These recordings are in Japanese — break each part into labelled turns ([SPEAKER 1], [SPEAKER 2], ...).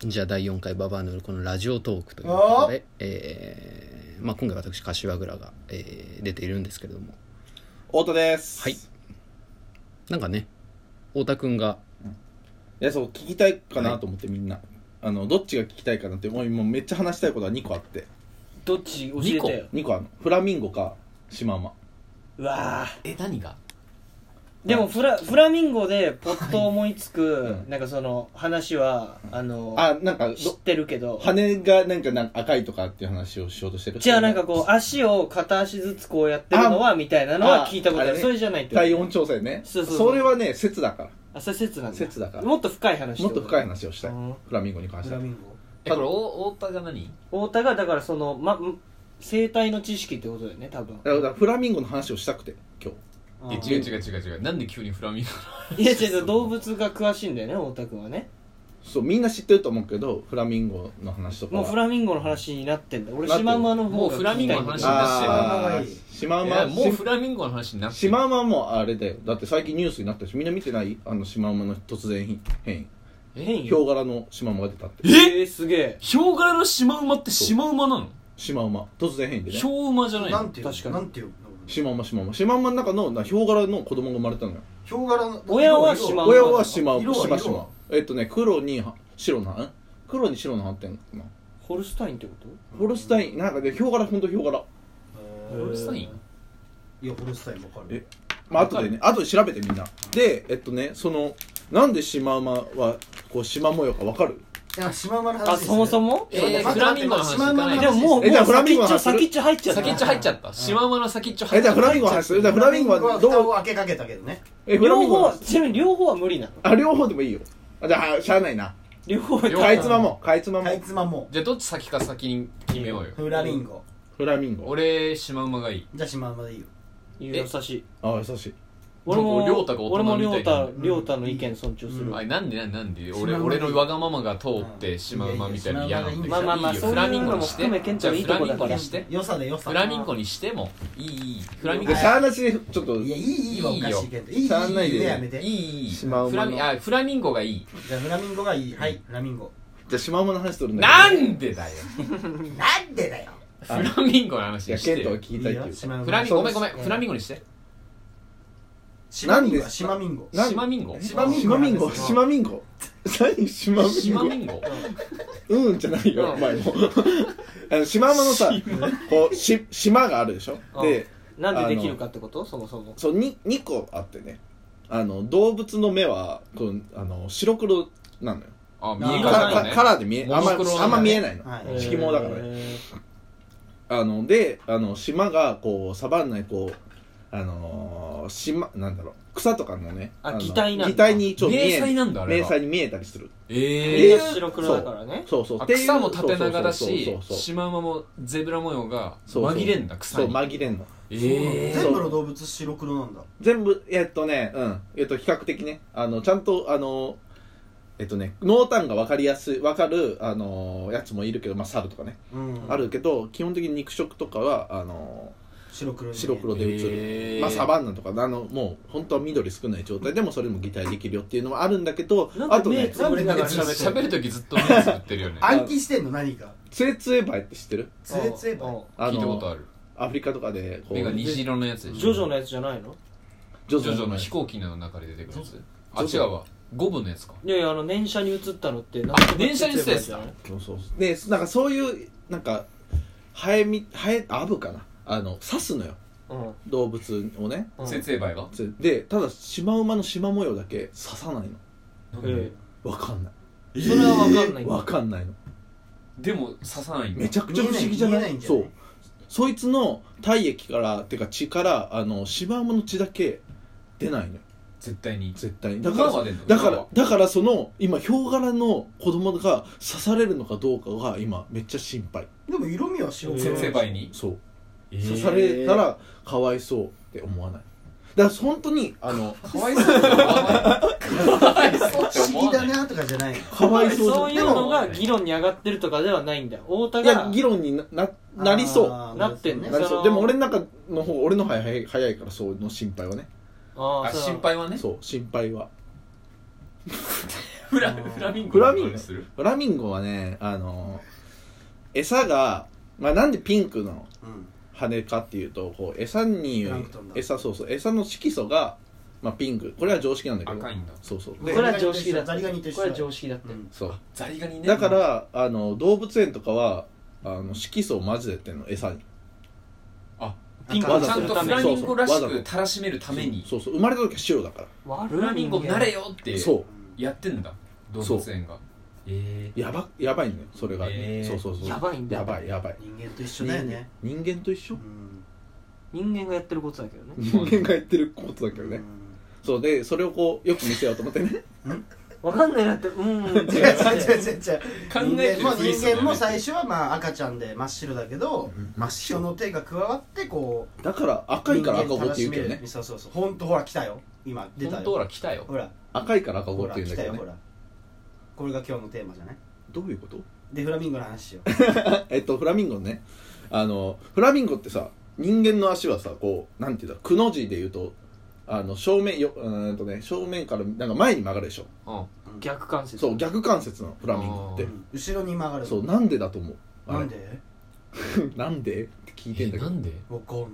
[SPEAKER 1] じゃあ第4回ババアの夜このラジオトークということで、えーまあ、今回私柏倉が、えー出ているんですけれども
[SPEAKER 2] 太田です
[SPEAKER 1] はいなんかね太田君が
[SPEAKER 2] やそう聞きたいか
[SPEAKER 1] は
[SPEAKER 2] ないと思ってみんな、あのどっちが聞きたいかなってもう今めっちゃ話したいことは2個あって
[SPEAKER 3] どっち教えてよ
[SPEAKER 2] 2個あるのフラミンゴかシマウマ
[SPEAKER 3] うわー
[SPEAKER 4] え何が
[SPEAKER 3] でもフラフラミンゴでポッと思いつく、
[SPEAKER 2] うん
[SPEAKER 3] なんかその話はあの
[SPEAKER 2] あなんか
[SPEAKER 3] 知っ
[SPEAKER 2] ど
[SPEAKER 3] てるけど
[SPEAKER 2] 羽がなんかなんか赤いとかっていう話をしようとしてる
[SPEAKER 3] じゃあなんかこう足を片足ずつこうやってるのはみたいなのは聞いたことあ
[SPEAKER 2] ああ
[SPEAKER 3] る
[SPEAKER 2] れね
[SPEAKER 3] それじゃないってこと
[SPEAKER 2] 体温調整ね
[SPEAKER 3] そうそうそう
[SPEAKER 2] それはね説だか
[SPEAKER 3] あそれ説なん
[SPEAKER 2] ら
[SPEAKER 3] だ
[SPEAKER 2] 説だからも
[SPEAKER 3] もっと深い話
[SPEAKER 2] っと深い
[SPEAKER 3] 話
[SPEAKER 2] 話をしたい
[SPEAKER 3] うん
[SPEAKER 2] フラミンゴに関して
[SPEAKER 3] フラ
[SPEAKER 2] は
[SPEAKER 3] ミンゴ
[SPEAKER 4] えこれお太田が何
[SPEAKER 3] 太田がだからその、ま、ん生態の知識ってことだよね多分
[SPEAKER 2] だからフラミンゴの話をしたくて今日
[SPEAKER 3] あ
[SPEAKER 4] え
[SPEAKER 3] ー
[SPEAKER 4] 違う違う違う違うなんで急にフラミンゴ
[SPEAKER 3] いや違う違う動物が詳しいんだよね太田君はね
[SPEAKER 2] そうみんな知ってると思うけどフラミンゴの話とか
[SPEAKER 3] もうフラミンゴの話になってんだ俺
[SPEAKER 2] なって
[SPEAKER 3] シ
[SPEAKER 2] る
[SPEAKER 3] マウマの
[SPEAKER 4] も
[SPEAKER 3] 方
[SPEAKER 4] う
[SPEAKER 3] が
[SPEAKER 4] フラミンゴの話になってる
[SPEAKER 2] あーシマウマ
[SPEAKER 4] えもうフラミンゴの話になって
[SPEAKER 2] シ
[SPEAKER 4] る
[SPEAKER 2] マウマもあれだよだって最近ニュースになったしみんな見てないあのシマウマの突然変
[SPEAKER 3] 変
[SPEAKER 2] 異
[SPEAKER 3] よ
[SPEAKER 2] ヒョウ柄のシマウマが出たって
[SPEAKER 4] え
[SPEAKER 3] えー、すげえ
[SPEAKER 4] ヒョウ柄のシマウマってシマウマなの
[SPEAKER 2] シマウマ突然変異でね
[SPEAKER 4] ヒョウ馬じゃない
[SPEAKER 5] なん
[SPEAKER 4] の
[SPEAKER 5] ていう
[SPEAKER 3] 確かに
[SPEAKER 5] なんていうの
[SPEAKER 2] シマウマシマウマシマウマの中のなヒョウ柄の子供が生まれたのよ
[SPEAKER 5] ヒョウ柄の
[SPEAKER 3] 親はシマウマ
[SPEAKER 2] 親はシマウマ
[SPEAKER 5] 色は
[SPEAKER 2] シ
[SPEAKER 5] 色
[SPEAKER 2] マ
[SPEAKER 5] は
[SPEAKER 2] シマえっとね黒には白なうん黒に白の斑点な
[SPEAKER 3] ホルスタインってこと
[SPEAKER 2] ホルスタインなんかねヒョウ柄ほんとヒョウ柄
[SPEAKER 5] え
[SPEAKER 4] うるさい
[SPEAKER 5] いやホルスタインわかる
[SPEAKER 2] まあ後でね後で調べてみんなでえっとねそのなんでシマウマはこうシマ模様かわかる
[SPEAKER 5] いやシマウマの話
[SPEAKER 3] あそもそ
[SPEAKER 5] も
[SPEAKER 3] も
[SPEAKER 4] え
[SPEAKER 5] そう
[SPEAKER 4] ー、
[SPEAKER 5] 待
[SPEAKER 4] フ
[SPEAKER 5] って
[SPEAKER 4] ラミンゴの話いかない
[SPEAKER 5] 待って
[SPEAKER 3] でももう
[SPEAKER 2] えじ
[SPEAKER 3] も
[SPEAKER 2] ゃあ
[SPEAKER 3] う
[SPEAKER 2] フラミ
[SPEAKER 3] 先
[SPEAKER 2] ンゴ
[SPEAKER 3] っ
[SPEAKER 2] の
[SPEAKER 3] ちょ
[SPEAKER 2] 話する
[SPEAKER 3] 先っちょ入っちゃった
[SPEAKER 4] 先っちょ入っちゃったシマウマの先っちょ入
[SPEAKER 2] え
[SPEAKER 4] っ
[SPEAKER 2] じ
[SPEAKER 4] ち
[SPEAKER 2] ゃ
[SPEAKER 4] ゃ
[SPEAKER 2] あ
[SPEAKER 4] っ
[SPEAKER 2] フ
[SPEAKER 4] た
[SPEAKER 2] ラミンゴの話するじゃあフ
[SPEAKER 5] フ
[SPEAKER 2] ラ
[SPEAKER 5] ラ
[SPEAKER 2] ミ
[SPEAKER 5] ミ
[SPEAKER 2] ン
[SPEAKER 5] ン
[SPEAKER 2] ゴ
[SPEAKER 5] ゴ
[SPEAKER 2] は
[SPEAKER 5] は
[SPEAKER 2] ど
[SPEAKER 5] ど
[SPEAKER 2] う
[SPEAKER 5] を開けかけたけどね
[SPEAKER 2] えフラミ
[SPEAKER 3] 両
[SPEAKER 2] ンゴ
[SPEAKER 3] 方
[SPEAKER 2] の
[SPEAKER 3] は
[SPEAKER 2] 話
[SPEAKER 3] ちなみに両方は無理なの
[SPEAKER 2] あ両方でもいいよあじゃあしゃあないな
[SPEAKER 3] 両方は
[SPEAKER 4] 両方
[SPEAKER 2] かいつまもかいつまも
[SPEAKER 5] かいつまも
[SPEAKER 4] じゃあどっち先か先に決めようよ
[SPEAKER 5] フラミンゴ
[SPEAKER 2] フラミンゴ
[SPEAKER 4] 俺シマウマがいい
[SPEAKER 5] じゃあシマウマでいいよ
[SPEAKER 3] 優しい
[SPEAKER 2] ああ優しい
[SPEAKER 3] 俺も
[SPEAKER 4] なんか亮太が大
[SPEAKER 3] 俺も
[SPEAKER 4] 人
[SPEAKER 3] 亮
[SPEAKER 4] みたいな
[SPEAKER 3] 太亮太の意見尊重する
[SPEAKER 5] うん
[SPEAKER 4] あなんでなんでなんで
[SPEAKER 5] シマウマ
[SPEAKER 4] 俺
[SPEAKER 5] がいい
[SPEAKER 4] 俺のわがままが通ってシマウマみたいなの嫌なんで
[SPEAKER 5] いやいやシマウマがいいまあまあまあ
[SPEAKER 4] フラミンゴにして
[SPEAKER 3] そういうのも含め検
[SPEAKER 4] じゃあ
[SPEAKER 3] 討いい
[SPEAKER 4] フ
[SPEAKER 3] と
[SPEAKER 4] ラ
[SPEAKER 3] こだ
[SPEAKER 4] ミンゴ
[SPEAKER 3] から
[SPEAKER 4] にして
[SPEAKER 5] 良さで良さ
[SPEAKER 4] フラミンゴにしてもいいいいフラミンゴ
[SPEAKER 2] で
[SPEAKER 4] に
[SPEAKER 2] し
[SPEAKER 4] して
[SPEAKER 2] ゃあなしでちょっと
[SPEAKER 5] いやいいいいわおかしいけどいいいい
[SPEAKER 2] 触んないで
[SPEAKER 5] いいやめて
[SPEAKER 4] いいいい
[SPEAKER 2] シマウ
[SPEAKER 4] フ
[SPEAKER 2] マ
[SPEAKER 4] ラ
[SPEAKER 2] の
[SPEAKER 4] ミあフラミンゴがいい
[SPEAKER 5] じゃあフラミンゴがいいはいフラミンゴ
[SPEAKER 2] じゃあシマウマの話するんだ
[SPEAKER 4] な
[SPEAKER 2] けど
[SPEAKER 4] んでだよ
[SPEAKER 5] なんでだよ
[SPEAKER 4] フラミンゴの話
[SPEAKER 2] いや
[SPEAKER 4] にし
[SPEAKER 2] ケ
[SPEAKER 4] て
[SPEAKER 2] ントは
[SPEAKER 4] よ
[SPEAKER 2] 聞きたいっていう
[SPEAKER 5] シマウ
[SPEAKER 4] フラ
[SPEAKER 5] マ
[SPEAKER 4] ミンゴごめんごめん
[SPEAKER 5] そう
[SPEAKER 4] フラミンゴにして
[SPEAKER 5] シマミン
[SPEAKER 2] なん
[SPEAKER 5] ゴ
[SPEAKER 2] で
[SPEAKER 5] はシマミンゴ
[SPEAKER 2] なん
[SPEAKER 4] シマミンゴ
[SPEAKER 5] シ
[SPEAKER 2] あシマミンゴシ
[SPEAKER 5] シ
[SPEAKER 2] マ
[SPEAKER 5] マ
[SPEAKER 2] ミンゴ何シマ
[SPEAKER 4] シマ
[SPEAKER 2] ミ
[SPEAKER 4] ミ
[SPEAKER 2] ン
[SPEAKER 4] ンゴ
[SPEAKER 2] ゴうんじゃないよ
[SPEAKER 3] う
[SPEAKER 2] お
[SPEAKER 3] ん
[SPEAKER 2] 前も あのシマウマのさこうし島があるでしょ
[SPEAKER 3] うん
[SPEAKER 2] で
[SPEAKER 3] なんでできるかってことそもそも
[SPEAKER 2] そうに2個あってねあの動物の目はこうあの白黒なのよ
[SPEAKER 4] あ見
[SPEAKER 5] あ
[SPEAKER 4] え
[SPEAKER 5] ー
[SPEAKER 2] カ
[SPEAKER 4] 方
[SPEAKER 2] ラ
[SPEAKER 4] が
[SPEAKER 2] カ
[SPEAKER 4] ね
[SPEAKER 2] カラーで見えあんま
[SPEAKER 4] モノクロなんだね
[SPEAKER 2] あんま見えないの
[SPEAKER 5] はい
[SPEAKER 2] 色毛だからね
[SPEAKER 3] ね
[SPEAKER 2] あのであの島がこうサバンナにこうあのー、島なんだろう草とかのね
[SPEAKER 3] あ
[SPEAKER 2] の
[SPEAKER 3] 擬態なんだ
[SPEAKER 2] 擬態にちょっと見え
[SPEAKER 4] 迷彩なんだあれ
[SPEAKER 2] 迷
[SPEAKER 4] は
[SPEAKER 2] 彩に見えたりする
[SPEAKER 4] ええ
[SPEAKER 2] えー
[SPEAKER 3] 白黒だからね
[SPEAKER 2] そうそう
[SPEAKER 4] あ
[SPEAKER 2] っていう
[SPEAKER 4] 草も縦長だ
[SPEAKER 2] そう
[SPEAKER 4] し
[SPEAKER 2] そうそうそう
[SPEAKER 4] シマウマもゼブラ模様が
[SPEAKER 2] そうそう
[SPEAKER 4] 紛れんだ草
[SPEAKER 2] そう
[SPEAKER 4] に
[SPEAKER 2] 紛れんの
[SPEAKER 4] ええ
[SPEAKER 5] 全部の動物白黒なんだ
[SPEAKER 2] 全部えっとねうんえっと比較的ねあのちゃんとあのえっとね濃淡が分かりやすい分かるあのーやつもいるけどまあ猿とかね、
[SPEAKER 5] うん
[SPEAKER 2] あるけど基本的に肉食とかはあの
[SPEAKER 5] 白黒
[SPEAKER 2] ー
[SPEAKER 5] に
[SPEAKER 2] 白黒で映る、
[SPEAKER 4] えー
[SPEAKER 2] まあ、サバンナとかあのもう本当は緑少ない状態でもそれも擬態できるよっていうのもあるんだけど
[SPEAKER 3] なんか
[SPEAKER 2] あと
[SPEAKER 3] 目
[SPEAKER 2] ね
[SPEAKER 3] つぶりながら
[SPEAKER 4] 喋
[SPEAKER 3] 喋
[SPEAKER 4] 喋るときずっと目つぶってるよね
[SPEAKER 5] 暗記してんの何か
[SPEAKER 2] ツエツエバイって知ってる
[SPEAKER 5] つえつえばい
[SPEAKER 2] あ
[SPEAKER 4] 聞いたこと
[SPEAKER 2] の
[SPEAKER 4] ある
[SPEAKER 2] アフリカとかでこう
[SPEAKER 4] 目が虹色のやつでしょ
[SPEAKER 3] ジョジョのやつじゃないの
[SPEAKER 2] ジョ
[SPEAKER 4] ジョジョの飛
[SPEAKER 2] 飛行
[SPEAKER 4] 行機の中で出てくるやつあ
[SPEAKER 2] ジョジョ
[SPEAKER 4] 違うわゴブのやつか
[SPEAKER 3] いやいやあの電車に移ったのって
[SPEAKER 4] あ電車に移ったやつだ
[SPEAKER 2] そうそうそうでなんかそういうなんかハエみハエアブかなあの刺すのよ
[SPEAKER 3] うん
[SPEAKER 2] 動物をね
[SPEAKER 3] うん
[SPEAKER 4] 先生バイは
[SPEAKER 2] つでただシマウマのシマ模様だけ刺さないの
[SPEAKER 3] え
[SPEAKER 2] わかんない
[SPEAKER 3] えそれは分かんないんだ
[SPEAKER 2] わかんないの
[SPEAKER 4] でも刺さないんだ
[SPEAKER 2] めちゃくちゃ不思議じゃない
[SPEAKER 5] 見えない見えないんじゃ
[SPEAKER 2] そ
[SPEAKER 5] ないう
[SPEAKER 2] そいつの体液からてか血からあのシマウマの血だけ出ないのよ
[SPEAKER 4] 絶対に
[SPEAKER 2] 絶対にだから
[SPEAKER 4] 裏は出んの
[SPEAKER 2] だか
[SPEAKER 4] 裏
[SPEAKER 2] ら
[SPEAKER 4] は
[SPEAKER 2] だからその今ヒョウ柄の子供が刺されるのかどうかが今めっちゃ心配
[SPEAKER 5] でも色味は白
[SPEAKER 3] え
[SPEAKER 5] 黒
[SPEAKER 3] ー
[SPEAKER 4] 先生バイに
[SPEAKER 2] そう
[SPEAKER 4] え
[SPEAKER 2] 刺
[SPEAKER 4] ー
[SPEAKER 2] されたらかわいそうって思わないだから本当にあの
[SPEAKER 4] かわいそうって思わないかわいそうって
[SPEAKER 5] 不
[SPEAKER 4] 思
[SPEAKER 5] 思議
[SPEAKER 4] わ
[SPEAKER 5] だ
[SPEAKER 4] ない
[SPEAKER 5] なとかじゃない
[SPEAKER 2] かわいそう
[SPEAKER 3] そう
[SPEAKER 2] じ
[SPEAKER 3] い
[SPEAKER 2] ゃ
[SPEAKER 3] うんのが議論に上がってるとかではないんだよ太田
[SPEAKER 2] いや
[SPEAKER 3] が
[SPEAKER 2] 議論になななりそう
[SPEAKER 5] あー
[SPEAKER 3] なってんね
[SPEAKER 2] なり
[SPEAKER 3] そ
[SPEAKER 2] そう
[SPEAKER 3] の
[SPEAKER 2] でも俺の中の方俺の方が早い早いからその心配はね
[SPEAKER 3] あ
[SPEAKER 4] あ
[SPEAKER 3] あそう
[SPEAKER 4] 心配はね
[SPEAKER 2] そう心配は
[SPEAKER 4] フラフラミンゴ
[SPEAKER 2] フラミンゴ
[SPEAKER 4] する
[SPEAKER 2] フラミンゴはねあの餌が、まあ、なんでピンクの
[SPEAKER 5] うん
[SPEAKER 2] 羽かっていうとこう餌に
[SPEAKER 5] プランクトンだ
[SPEAKER 2] 餌そうそう餌の色素が、まあ、ピンクこれは常識なんだけど
[SPEAKER 4] 赤いんだ
[SPEAKER 2] そうそう
[SPEAKER 5] で
[SPEAKER 3] これは常識だった
[SPEAKER 5] ザ
[SPEAKER 3] こ
[SPEAKER 5] リガニと一緒
[SPEAKER 3] れは常識だった
[SPEAKER 5] う
[SPEAKER 3] よ
[SPEAKER 5] ん
[SPEAKER 2] そう
[SPEAKER 4] ザリガニね
[SPEAKER 2] だからあの動物園とかはあの色素を混ぜてんの餌に
[SPEAKER 4] ピンク
[SPEAKER 2] わ
[SPEAKER 4] を
[SPEAKER 2] ざ
[SPEAKER 4] ちゃ
[SPEAKER 2] と
[SPEAKER 4] んとフラミンゴらし
[SPEAKER 2] そうそう
[SPEAKER 4] くたらしめるために
[SPEAKER 2] そうそう生まれた時は白だか
[SPEAKER 4] フラミンゴになれよっ
[SPEAKER 2] ら
[SPEAKER 4] て
[SPEAKER 2] そ
[SPEAKER 4] やってんだ動物園がえ
[SPEAKER 2] うやばやばいんだよそれが、
[SPEAKER 4] へー
[SPEAKER 2] そうそうそう
[SPEAKER 3] やばいんだ
[SPEAKER 2] やばいやばい
[SPEAKER 5] 人間と一緒だよね
[SPEAKER 2] 人間と一緒
[SPEAKER 5] うん
[SPEAKER 3] 人間がやってることだけどね
[SPEAKER 2] 人間が言ってることだけどね、
[SPEAKER 5] うん
[SPEAKER 2] そうでそれをこうよく見せようと思ってね
[SPEAKER 3] わかんないなってうん違 う違う
[SPEAKER 5] 違う違う違う違う
[SPEAKER 4] 考えて
[SPEAKER 5] 人間
[SPEAKER 4] る
[SPEAKER 5] も
[SPEAKER 4] ふりする
[SPEAKER 5] 人
[SPEAKER 4] んだよね
[SPEAKER 5] 間も最初はまあ赤ちゃんで真っ白だけど
[SPEAKER 2] 真っ
[SPEAKER 5] 人の手が加わってこう
[SPEAKER 2] だから赤いから赤子って言うけど
[SPEAKER 5] 人間たらしめ
[SPEAKER 2] ね
[SPEAKER 5] るそうそうそう本当ほら来たよ今出た
[SPEAKER 4] 本当ほ
[SPEAKER 5] よ
[SPEAKER 4] ら来たよ
[SPEAKER 5] ほら
[SPEAKER 2] 赤いから赤子
[SPEAKER 5] ほ
[SPEAKER 2] っ
[SPEAKER 5] ら
[SPEAKER 2] て言うん
[SPEAKER 5] 来
[SPEAKER 2] だけ
[SPEAKER 5] た
[SPEAKER 2] ど
[SPEAKER 5] よ
[SPEAKER 2] ね
[SPEAKER 5] ほらこれが今日のテーマじゃない
[SPEAKER 2] どういうこと
[SPEAKER 5] でフラミンゴの話しよ
[SPEAKER 2] えっとフラミンゴねあのフラミンゴってさ人間の足はさこうなんていうんだくの字で言うとあの正面ようーんとね正面からなんか前に曲がるでしょ
[SPEAKER 4] うん
[SPEAKER 5] う
[SPEAKER 3] 逆関節
[SPEAKER 2] そう逆関節なのフラミンゴっ
[SPEAKER 5] う
[SPEAKER 2] て
[SPEAKER 5] ん後ろに曲がる
[SPEAKER 2] そうなんでだと思うあれ
[SPEAKER 5] なんで
[SPEAKER 2] なんでって聞いてんだけ
[SPEAKER 4] え
[SPEAKER 2] ど
[SPEAKER 4] なんで
[SPEAKER 5] わかんない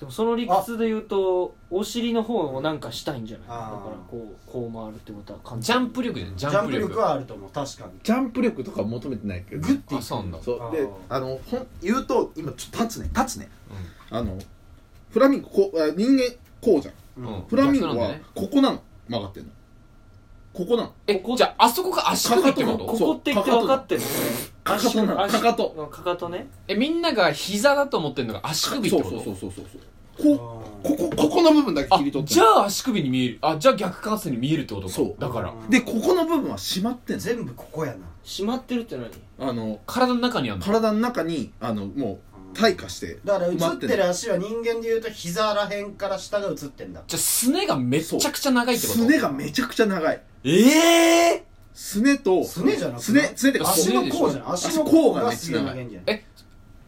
[SPEAKER 3] でもその理屈で言うとお尻の方をなんかしたいんじゃないだ
[SPEAKER 5] あー
[SPEAKER 3] からこうこう回るってことは完
[SPEAKER 4] ジ
[SPEAKER 3] 全
[SPEAKER 4] ャンプ力じゃんジ
[SPEAKER 5] ジ
[SPEAKER 4] ャ
[SPEAKER 5] ャ
[SPEAKER 4] ンプ
[SPEAKER 5] ンプ
[SPEAKER 4] 力
[SPEAKER 5] 力はあると思う確かに
[SPEAKER 2] ジャンプ力とか求めてないけど
[SPEAKER 5] グッてい
[SPEAKER 4] あそうなんだ
[SPEAKER 2] そうで
[SPEAKER 5] あ
[SPEAKER 2] あのほん言うと今ちょっと立つね立つねあのフラミンゴこうあ人間こうじゃん
[SPEAKER 4] うんうん
[SPEAKER 2] フラミンゴ
[SPEAKER 4] 逆なんだ
[SPEAKER 2] は
[SPEAKER 4] ね
[SPEAKER 2] ここなの曲がってんのここなの
[SPEAKER 4] えじゃああそこが足首ってこ
[SPEAKER 2] かかと
[SPEAKER 4] と
[SPEAKER 3] ここって言って分かってるのね
[SPEAKER 2] かかとなの
[SPEAKER 3] 足
[SPEAKER 2] かかと
[SPEAKER 3] かかとね
[SPEAKER 4] えみんなが膝だと思ってるのが足首って
[SPEAKER 2] そ
[SPEAKER 4] こ
[SPEAKER 2] う
[SPEAKER 4] と
[SPEAKER 2] そうそうそうそうそうこ
[SPEAKER 5] ー
[SPEAKER 2] ここここの部分だけ
[SPEAKER 4] あ
[SPEAKER 2] 切り取ってん
[SPEAKER 4] じ
[SPEAKER 2] の
[SPEAKER 4] ゃあ足首に見えるあじゃあ逆関節に見えるってことか
[SPEAKER 2] そう
[SPEAKER 4] だから
[SPEAKER 5] うん
[SPEAKER 2] でここの部分は締まってんの
[SPEAKER 5] 全部ここやな
[SPEAKER 3] しまってるって何
[SPEAKER 2] あの
[SPEAKER 4] 体の中にあるの
[SPEAKER 2] 体の中にあのもう退化して
[SPEAKER 5] だから映
[SPEAKER 2] 埋まっ
[SPEAKER 5] ってて
[SPEAKER 2] んの
[SPEAKER 5] る足は人間でいうと膝らへんから下が映ってんだ
[SPEAKER 4] じゃあすねがめちゃくちゃ長いってこと
[SPEAKER 2] すねがめちゃくちゃ長い
[SPEAKER 4] ええ
[SPEAKER 2] すねと
[SPEAKER 5] すねじゃなくない
[SPEAKER 2] すねすねってこう
[SPEAKER 5] 足の甲じゃない
[SPEAKER 2] 足
[SPEAKER 5] 足
[SPEAKER 2] の甲
[SPEAKER 5] の甲
[SPEAKER 2] が
[SPEAKER 5] が
[SPEAKER 2] ね
[SPEAKER 5] すげえ長いんじゃない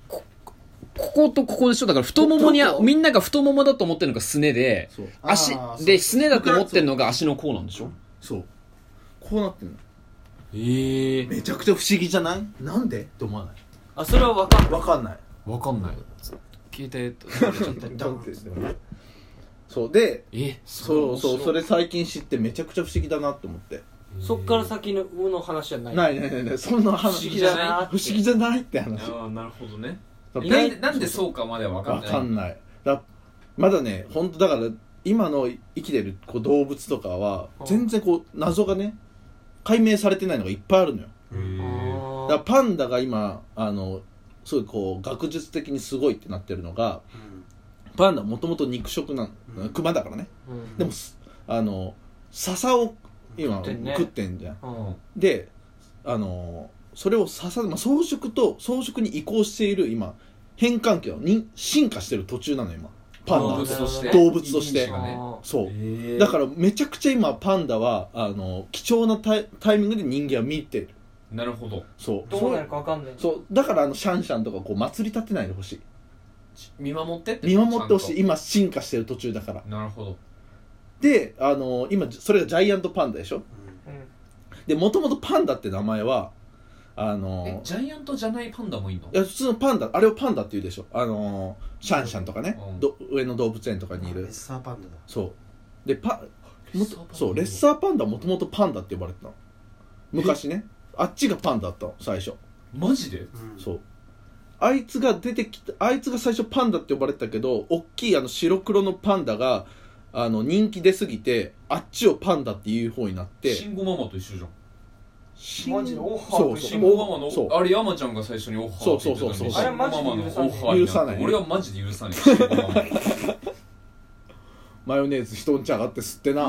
[SPEAKER 4] こことここでしょだから太ももにあみんなが太ももだと思ってるのがすねで
[SPEAKER 2] そう
[SPEAKER 5] あー
[SPEAKER 4] 足
[SPEAKER 5] そう
[SPEAKER 4] でスネだと思ってるのが足の甲なんでしょ
[SPEAKER 2] そうこうなってんの
[SPEAKER 4] ええ
[SPEAKER 2] めちゃくちゃ不思議じゃないなんでって思わない
[SPEAKER 3] あそれは分かんない
[SPEAKER 2] わかんない
[SPEAKER 4] わかんない携帯と流れちゃった
[SPEAKER 5] ダン
[SPEAKER 2] そうで
[SPEAKER 4] え
[SPEAKER 2] そうそうそ
[SPEAKER 4] れ
[SPEAKER 2] れ最近知ってめちゃくちゃ不思議だなと思って
[SPEAKER 3] そっから先のの話じゃない
[SPEAKER 2] ないないないないそんな
[SPEAKER 3] 不
[SPEAKER 2] 話
[SPEAKER 3] 思議だなーって
[SPEAKER 2] 不思議じゃないって話
[SPEAKER 4] ああなるほどね
[SPEAKER 2] そう
[SPEAKER 4] 意外になんでそうかまではわかん
[SPEAKER 2] わ
[SPEAKER 4] ない
[SPEAKER 2] かんないだまだね本当だから今の生きてるこう動物とかは
[SPEAKER 3] うん
[SPEAKER 2] 全然こう謎がね解明されてないのがいっぱいあるのよ
[SPEAKER 3] あー
[SPEAKER 2] だからパンダが今あのすごいこう学術的にすごいってなってるのがパンダもともと肉食なの、
[SPEAKER 5] うん
[SPEAKER 2] クマだからね
[SPEAKER 3] うん
[SPEAKER 2] でもすあの笹を今
[SPEAKER 3] 食ってんね
[SPEAKER 2] 食ってんじゃん
[SPEAKER 3] うん
[SPEAKER 2] であのそれを笹、まあ、草食と草食に移行している今変換期のに進化してる途中なの今パン
[SPEAKER 4] 動
[SPEAKER 2] ダ
[SPEAKER 4] 物として
[SPEAKER 2] 動物として
[SPEAKER 4] 遺伝子がね
[SPEAKER 3] あー
[SPEAKER 2] そう、
[SPEAKER 4] ええ
[SPEAKER 2] だからめちゃくちゃ今パンダはあの貴重なタイタイミングで人間は見てる
[SPEAKER 4] なるほど
[SPEAKER 2] そう
[SPEAKER 3] どうなるか分かんない
[SPEAKER 2] そうそうだからあのシャンシャンとかこう祭り立てないでほしい
[SPEAKER 4] 見守ってって
[SPEAKER 2] 見守ってほしい
[SPEAKER 4] ち
[SPEAKER 2] 今進化してる途中だから
[SPEAKER 4] ゃんとなるほど
[SPEAKER 2] であの今それがジャイアントパンダでしょ
[SPEAKER 3] うん
[SPEAKER 2] でもともとパンダって名前はあ
[SPEAKER 4] え
[SPEAKER 2] の
[SPEAKER 4] ジャイアントじゃないパンダもいんの
[SPEAKER 2] いや普通のパンダあれをパンダって言うでしょあのシャンシャンとかね、
[SPEAKER 4] うん
[SPEAKER 2] ど上野動物園とかにい
[SPEAKER 5] レ
[SPEAKER 2] る
[SPEAKER 5] ッサーパンダだ
[SPEAKER 2] そうでパもとそうレッ
[SPEAKER 4] ー
[SPEAKER 2] サーパンダはもともとパンダって呼ばれてたの昔ねあっちがパンダだったの最初
[SPEAKER 4] マジで
[SPEAKER 2] そうあいつが出てきたあいつが最初パンダって呼ばれてたけど大きいあの白黒のパンダがあの人気出すぎてあっちをパンダっていう方になって
[SPEAKER 4] 慎吾ママと一緒じゃん
[SPEAKER 2] しん
[SPEAKER 3] マジでオッハー
[SPEAKER 2] そう
[SPEAKER 4] シ
[SPEAKER 2] そう
[SPEAKER 4] ンゴママの
[SPEAKER 2] そう
[SPEAKER 4] あれ山ちゃんが最初にオッハーって言ってたのに
[SPEAKER 2] そうそうそうそう
[SPEAKER 4] シンゴママのオッハーに
[SPEAKER 2] 許さない
[SPEAKER 4] 俺はマジで許さないシンゴママな
[SPEAKER 2] マヨネーズ人んち上がって吸ってな
[SPEAKER 4] あ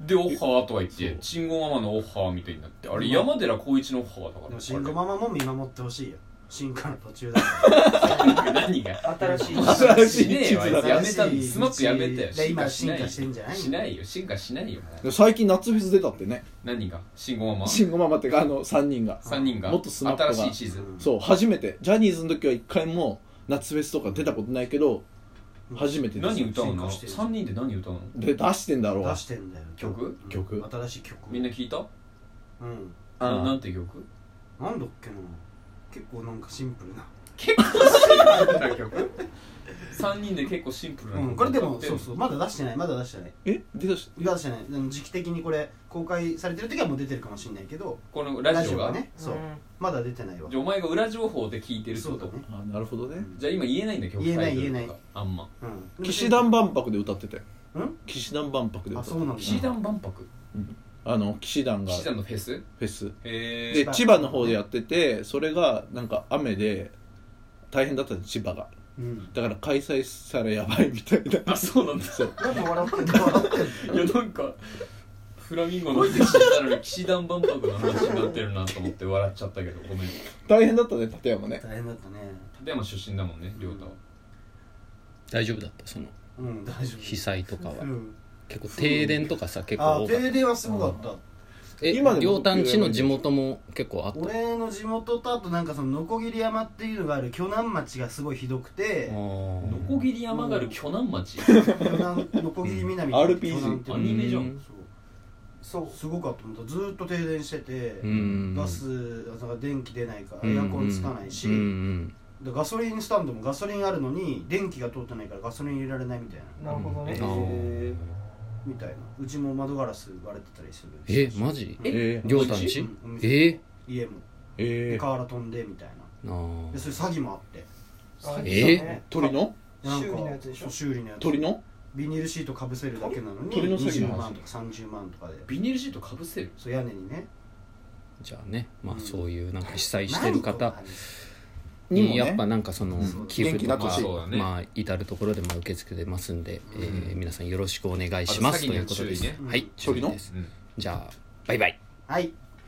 [SPEAKER 4] でオッハーとは言っ
[SPEAKER 2] そう
[SPEAKER 4] てシンゴママのオッハーみたいになってあれ山寺宏一のオッハーだから
[SPEAKER 5] でもシンゴ
[SPEAKER 4] マ
[SPEAKER 5] ママも見守ってほしいよ進化の途中だか
[SPEAKER 4] マ何が
[SPEAKER 3] 新しい
[SPEAKER 2] 新しい
[SPEAKER 4] しねえよあいつ
[SPEAKER 5] ら
[SPEAKER 4] やめたんスマップやめたよ
[SPEAKER 5] で今進
[SPEAKER 4] 進
[SPEAKER 5] 化
[SPEAKER 4] 化
[SPEAKER 5] し
[SPEAKER 4] してて
[SPEAKER 5] んじゃない
[SPEAKER 4] しないよ進化しないよ
[SPEAKER 2] で最近夏フェス出たってね
[SPEAKER 4] 何がシンゴママ
[SPEAKER 2] 慎吾ママってかあの3人が
[SPEAKER 4] 3人が
[SPEAKER 2] もっとスマップが
[SPEAKER 4] 新しいシーズン
[SPEAKER 2] そう初めてジャニーズの時は一回も夏フェスとか出たことないけど初めてです
[SPEAKER 4] 何歌う
[SPEAKER 5] 進
[SPEAKER 4] の
[SPEAKER 5] 化してる
[SPEAKER 4] 3人で何歌うの
[SPEAKER 2] で出してんだろう
[SPEAKER 5] 出してんだよ
[SPEAKER 4] 曲
[SPEAKER 5] うん新しい曲を
[SPEAKER 4] みんな聞いた
[SPEAKER 5] うん
[SPEAKER 2] あ
[SPEAKER 6] な
[SPEAKER 2] ー
[SPEAKER 6] なんて曲
[SPEAKER 5] なんだっけな結構なんかシンプルな
[SPEAKER 6] 3人で結構シンプルな
[SPEAKER 5] うん、これでもそうそうまだ出してないまだ出してない
[SPEAKER 2] え出し
[SPEAKER 5] まだ出してないでも時期的にこれ公開されてる時はもう出てるかもしれないけど
[SPEAKER 6] このラジオが
[SPEAKER 5] はねそうまだ出てないわ
[SPEAKER 6] じゃあお前が裏情報で聞いてるってこと
[SPEAKER 5] そうだね
[SPEAKER 2] あなるほどね
[SPEAKER 6] じゃあ今言えないんだ曲
[SPEAKER 5] 言えない
[SPEAKER 6] タイトルとか
[SPEAKER 5] 言えない
[SPEAKER 6] あんま
[SPEAKER 5] うん
[SPEAKER 2] 騎士団万博で歌ってたよ
[SPEAKER 5] ん
[SPEAKER 2] 騎士団万博で歌
[SPEAKER 5] あ
[SPEAKER 2] って
[SPEAKER 5] そ
[SPEAKER 2] た
[SPEAKER 5] うなんだ
[SPEAKER 6] 騎士団万博
[SPEAKER 2] あの騎士団が
[SPEAKER 6] 騎士
[SPEAKER 2] フ
[SPEAKER 6] 団のフェス
[SPEAKER 2] ェス
[SPEAKER 6] へ
[SPEAKER 2] で
[SPEAKER 6] え
[SPEAKER 5] ー
[SPEAKER 2] 千葉の方でやっててそれがなんか雨で大変だったんです千葉が
[SPEAKER 5] うん
[SPEAKER 2] だから開催したらやばいみたいな
[SPEAKER 6] あそうなんだ
[SPEAKER 2] そう
[SPEAKER 5] なんで笑ってんの笑ってんの
[SPEAKER 6] いやなんかフラミンゴの話になるのに騎士団万博の話になってるなと思って笑っちゃったけどごめん
[SPEAKER 2] 大変だったね立山ね
[SPEAKER 5] 大変だったね
[SPEAKER 6] 立山出身だもんね亮太は
[SPEAKER 1] 大丈夫だったその
[SPEAKER 5] うん大丈夫
[SPEAKER 1] 被災とかは
[SPEAKER 5] うん
[SPEAKER 1] 結構停電とかさ結構
[SPEAKER 5] あ
[SPEAKER 1] 多かっ
[SPEAKER 5] 停電はすごかった
[SPEAKER 1] たえ
[SPEAKER 2] 今で
[SPEAKER 1] 両
[SPEAKER 2] も
[SPEAKER 1] 端地の地元も結構あった
[SPEAKER 5] 俺の地元とあとなんかその鋸山っていうのがある鋸南町がすごいひどくて
[SPEAKER 1] の
[SPEAKER 6] ノコギリ山がある鋸南町
[SPEAKER 5] 鋸南鋸南
[SPEAKER 2] RPG
[SPEAKER 5] ア
[SPEAKER 6] アニメじゃん
[SPEAKER 5] そうそうすごかったもんずーっと停電してて、
[SPEAKER 1] うん
[SPEAKER 5] ガスだから電気出ないから、
[SPEAKER 1] うん
[SPEAKER 5] エアコンつかないし、
[SPEAKER 1] うんうん
[SPEAKER 5] でガソリンスタンドもガソリンあるのに電気が通ってないからガソリン入れられないみたいな
[SPEAKER 3] なるほどね
[SPEAKER 1] あ
[SPEAKER 3] へ
[SPEAKER 5] みたいなうちも窓ガラス割れてたりする
[SPEAKER 1] えマジ
[SPEAKER 5] え
[SPEAKER 2] えー
[SPEAKER 1] 両端
[SPEAKER 5] う
[SPEAKER 1] 地
[SPEAKER 5] んお店
[SPEAKER 1] え
[SPEAKER 5] 家もで
[SPEAKER 2] えー
[SPEAKER 5] 瓦飛んでみたい
[SPEAKER 1] なあ
[SPEAKER 5] なでそれ詐欺もあって
[SPEAKER 3] ー
[SPEAKER 1] え
[SPEAKER 2] 鳥の
[SPEAKER 5] なんか
[SPEAKER 3] 修理のやつでしょ
[SPEAKER 5] そう修理のやつ
[SPEAKER 2] 鳥の
[SPEAKER 5] ビニールシートかぶせるだけなのに
[SPEAKER 2] 鳥の詐欺の
[SPEAKER 5] 20
[SPEAKER 2] 話
[SPEAKER 5] 万とか30万とかで
[SPEAKER 6] ビニールシートかぶせる
[SPEAKER 5] そう屋根にね
[SPEAKER 1] じゃあねま
[SPEAKER 5] う
[SPEAKER 1] あ
[SPEAKER 5] ん
[SPEAKER 1] そういうなんか被災してる方
[SPEAKER 5] 何と
[SPEAKER 2] に
[SPEAKER 5] か
[SPEAKER 1] に
[SPEAKER 2] もね
[SPEAKER 1] やっぱなんかその
[SPEAKER 5] うん
[SPEAKER 1] 寄付と
[SPEAKER 2] 元気になってほ
[SPEAKER 1] か
[SPEAKER 2] しい
[SPEAKER 6] そうだね
[SPEAKER 1] まあ至る所でまあ受け付けてますんでえー皆さんよろしくお願いしま
[SPEAKER 6] あ
[SPEAKER 1] す
[SPEAKER 6] と
[SPEAKER 1] と
[SPEAKER 6] 詐欺に
[SPEAKER 1] い
[SPEAKER 6] は
[SPEAKER 1] うことです
[SPEAKER 6] 注意ね
[SPEAKER 1] はい
[SPEAKER 2] 注
[SPEAKER 1] 注
[SPEAKER 2] 意
[SPEAKER 1] 意
[SPEAKER 2] の
[SPEAKER 1] ですじゃあバイバイ
[SPEAKER 5] はい